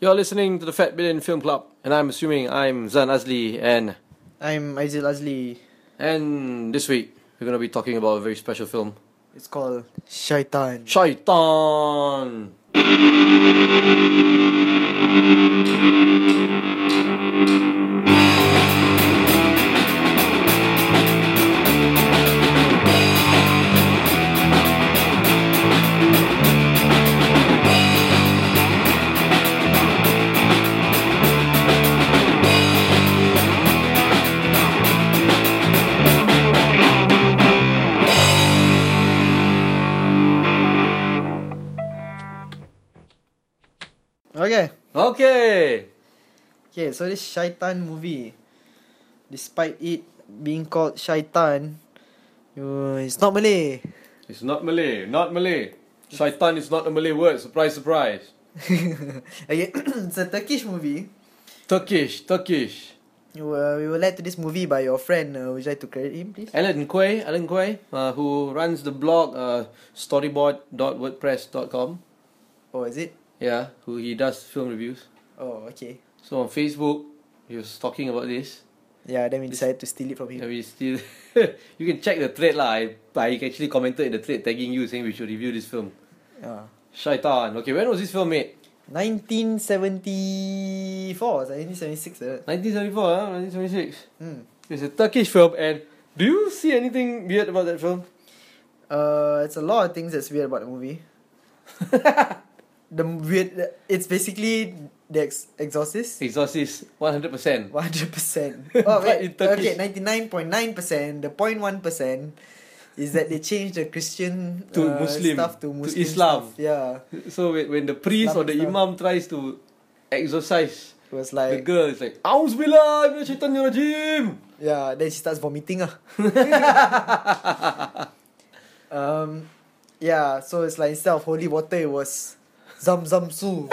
You're listening to the Fat Billion Film Club, and I'm assuming I'm Zan Azli, and I'm Aizil Azli. and this week we're gonna be talking about a very special film, It's called Shaitan. Shaitan. Okay. Okay. Okay, so this Shaitan movie, despite it being called Shaitan, uh, it's not Malay. It's not Malay, not Malay. Shaitan is not a Malay word, surprise, surprise. okay, it's a Turkish movie. Turkish, Turkish. You were, we were led to this movie by your friend. Uh, would you like to credit him, please? Alan Quay, Alan Quay, uh, who runs the blog uh, storyboard.wordpress.com. Oh, is it? Yeah, who he does film reviews. Oh, okay. So on Facebook, he was talking about this. Yeah, then we decided to steal it from And him. we still, you can check the thread lah. I, I actually commented in the thread tagging you saying we should review this film. Uh, Shaitan. Okay, when was this film made? 1974, 1976. Uh. 1974, huh? 1976. Hmm. It's a Turkish film, and do you see anything weird about that film? Uh, it's a lot of things that's weird about the movie. the weird, it's basically the ex- Exorcist. Exorcist, 100%. One hundred percent. But Oh in wait, Turkish. okay, ninety nine point nine percent. The point one percent is that they changed the Christian To uh, Muslim, stuff to to Muslim Islam. Stuff. Yeah, So when, when the priest or the Islamic imam tries to exorcise it was the like girl, it's like, Auzubillah, Ibn Shaitan Rajim! yeah. Then she starts vomiting. Ah. um, yeah. So it's like instead of holy water, it was zam zam su.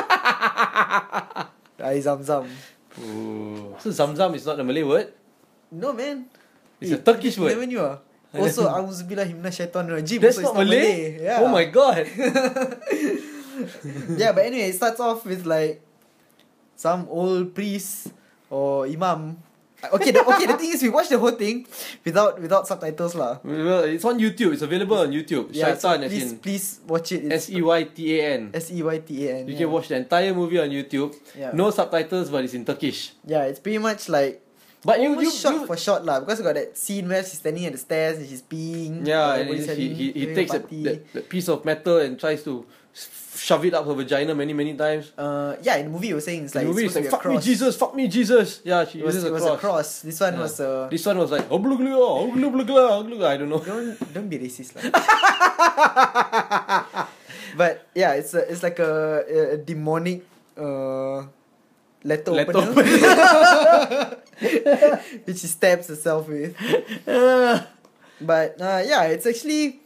I zam zam. So Zamzam is not a Malay word, No man. it's a Turkish Never word. knew ah. Also, auzubillah himna shaitan rajim. That's so it's not Malay? Yeah. Oh my god! yeah, but anyway, it starts off with like some old priest or imam. Okay, the, okay. The thing is, we watched the whole thing without without subtitles lah. Well, it's on YouTube, it's available on YouTube. Yeah, so Shaitan, as please in please watch it. S It's E Y T A N. S E Y T A N. You yeah. can watch the entire movie on YouTube. Yeah. No subtitles, but it's in Turkish. Yeah, it's pretty much like But you, you, almost shot you for shot lah. Because we got that scene where she's standing at the stairs and she's peeing. yeah, uh, and everybody's then he, having- he, he having takes a, party. that, that piece of metal and tries to s- shove it up her vagina many many times. Uh, yeah, in the movie, you were saying it's The like movie it's is supposed like fuck me to be a cross. Jesus, fuck me Jesus. Yeah, she It was, uses a it was cross. a cross. This one Yeah. was a. This one was like "Obluglia, obluglugla, oblugla," I don't know. Don't don't be racist lah. but yeah, it's a, it's like a, a- a demonic uh, letter Letter opener, which she stabs herself with. But uh, yeah, it's actually.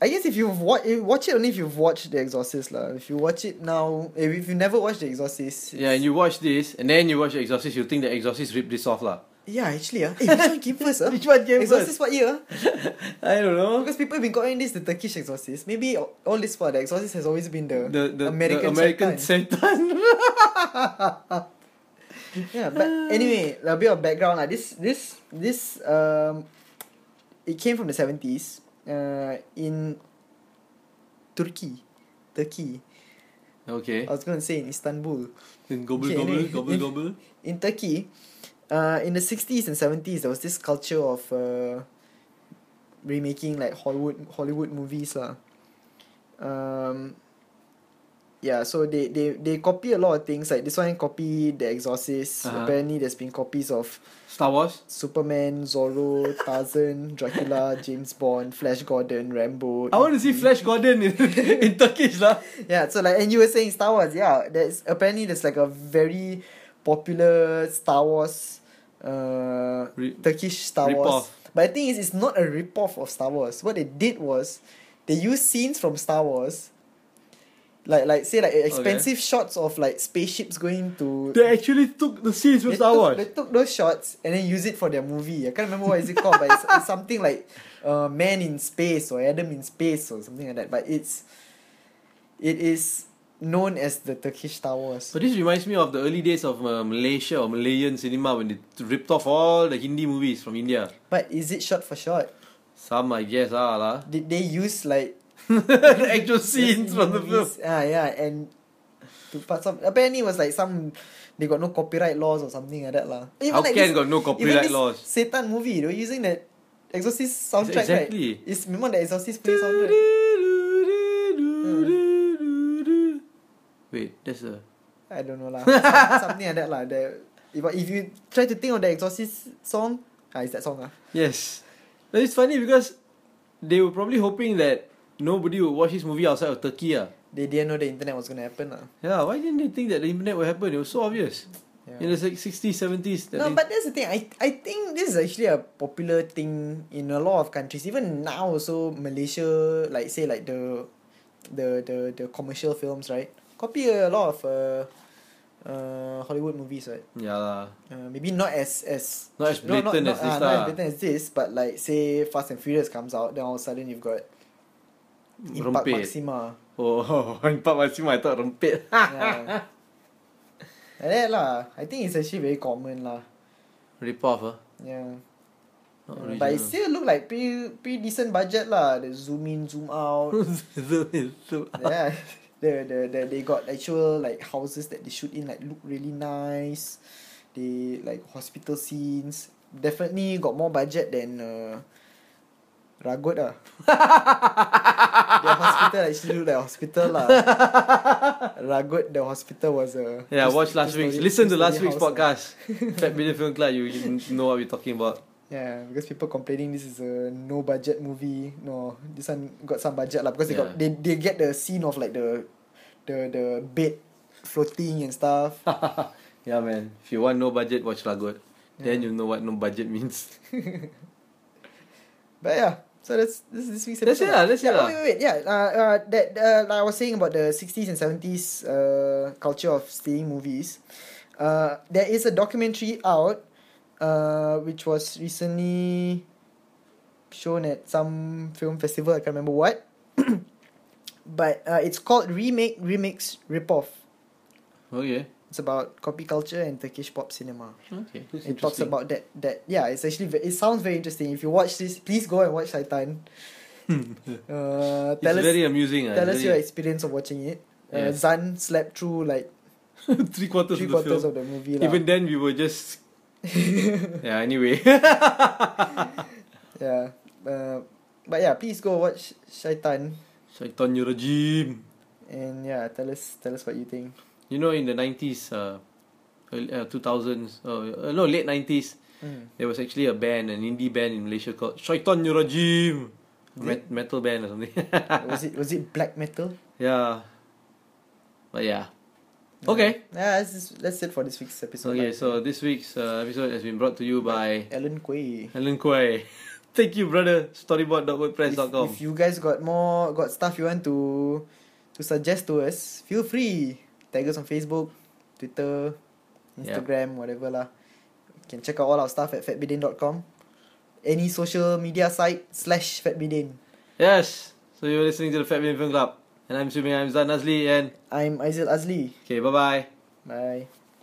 I guess if you've wa- you watch it only if you've watched The Exorcist lah. If you watch it now, if if you never watched The Exorcist, Yeah, and you watch this, and then you watch The Exorcist. You think The Exorcist ripped this off, lah? yeah, actually ah, eh, which one came first ah? Which one came Exorcist what year? ah? first? I don't know. Because people have been calling this the Turkish Exorcist. Maybe all this while the Exorcist has always been the, The the American, the American Shaitan. Satan. Yeah, but Ah. anyway, a bit of background. Like this, this, this. Um, it came from the seventies. Uh, in Turkey, Turkey. okay. I was gonna say in Istanbul, Then gobble Okay, gobble anyway. gobble gobble. in Turkey. Uh, in the sixties and seventies, there was this culture of uh, remaking like Hollywood Hollywood movies lah. Um, yeah, so they, they they copy a lot of things. Like this one copy The Exorcist. Uh-huh. Apparently, there's been copies of Star Wars. Superman, Zorro, Tarzan, Dracula, James Bond, Flash Gordon, Rambo. E I want to see Flash Gordon in, in Turkish lah. Yeah, so like, and you were saying Star Wars. Yeah, there's apparently there's like a very popular Star Wars, uh, Re- Turkish Star Wars. rip-off. But the thing is, it's not a rip-off of Star Wars. What they did was, they used scenes from Star Wars. Like like say like expensive shots of like spaceships going to They actually took the scenes from they Star took, Wars. They took those shots and then use it for their movie. I can't remember what is it called, but it's, it's something like uh, Man in Space or Adam in Space or something like that. But it's it is known as the Turkish Star Wars. So this reminds me of the early days of uh, Malaysia or Malayan cinema when they ripped off all the Hindi movies from India. But is it shot for shot? Some I guess ah lah. Did they use like the actual scenes from the film. movies? Ah yeah, and to part some apparently it was like some they got no copyright laws or something like that lah. Even How like can this- got no even copyright this laws? Satan movie, they were using that Exorcist soundtrack Exactly. right? It's memang the Exorcist punya soundtrack. Wait, that's a I don't know lah. Some- something like that lah. The, if, if you try to think of the Exorcist song, ah, it's that song ah. yes. But it's funny because they were probably hoping that nobody would watch this movie outside of Turkey. Ah. They didn't know the internet was gonna happen lah. Yeah, why didn't they think that the internet would happen? It was so obvious. In Yeah. the like 60s, 70s. that No, they- but that's the thing. I I think this is actually a popular thing in a lot of countries. Even now, also Malaysia, like say like the, the the the commercial films, right? Copy a lot of uh, uh Hollywood movies, right? Yeah lah. Uh, maybe not as as Not as blatant as this ah, not as lah. blatant as this, but like say Fast and Furious comes out, then all of a sudden you've got Impact Rempit. Maxima. Oh, Impak Maxima, I thought rempit. yeah. Like that lah. I think it's actually very common lah. Rip off, huh? Yeah. Not Yeah, original. but it still look like pretty pretty decent budget lah. The zoom in, zoom out. Zoom in, zoom out. yeah. The, the, the, they got actual like houses that they shoot in like look really nice. They like hospital scenes. Definitely got more budget than uh, Ragot ah. the hospital actually look like hospital lah. Ragot the hospital was a Yeah, two- watch last two-story- week's. Listen to two-story last week's house, ah. podcast. Fat Billion Film Club, you you know what we're talking about. Yeah, because people complaining this is a no budget movie. No, this one got some budget lah because they got they, they get the scene of like the the the bed floating and stuff. yeah, man. If you want no budget, watch Lagot. Then Yeah. you know what no budget means. But yeah, so that's this is this week's That's it lah, that's it yeah, lah. Oh, wait, wait, yeah. Uh, uh, that uh, like I was saying about the sixties and seventies uh culture of seeing movies. Uh, there is a documentary out, uh, which was recently shown at some film festival. I can't remember what, but uh, it's called Remake Remix Ripoff. Okay. It's about copy culture and Turkish pop cinema Okay. it talks about that that yeah it's actually ve- it sounds very interesting if you watch this please go and watch Titan uh, It's tell us very amusing. ah. tell It's us your experience of watching it uh, Yes. Zan slept through like very- three quarters three of the quarters film. of the movie lah. Even then, we were just. yeah. Anyway. yeah uh, but yeah please go watch Shaitan Shaitan your regime. and yeah tell us tell us what you think You know, in the nineties, uh, early- uh, two thousands, uh, uh, no, late nineties, mm. there was actually a band, an indie band in Malaysia called Shaitan your regime. Is Met- metal band or something. was it was it black metal Yeah. But yeah. Okay. yeah that's, just, that's it for this week's episode Okay, lah. so this week's uh, episode has been brought to you by Alan Quay Alan Kwai. Thank you, brother. if, Storyboard.wordpress.com. if you guys got more got stuff you want to to suggest to us, feel free. Tag us on Facebook, Twitter, Yeah. Instagram, whatever lah. You can check out all our stuff at fatbidin.com. Any social media site slash fatbidin. Yes. So you're listening to the Fat Man Film Club. And I'm assuming I'm Zan Nazli and I'm Aizil Azli. okay, bye bye. Bye.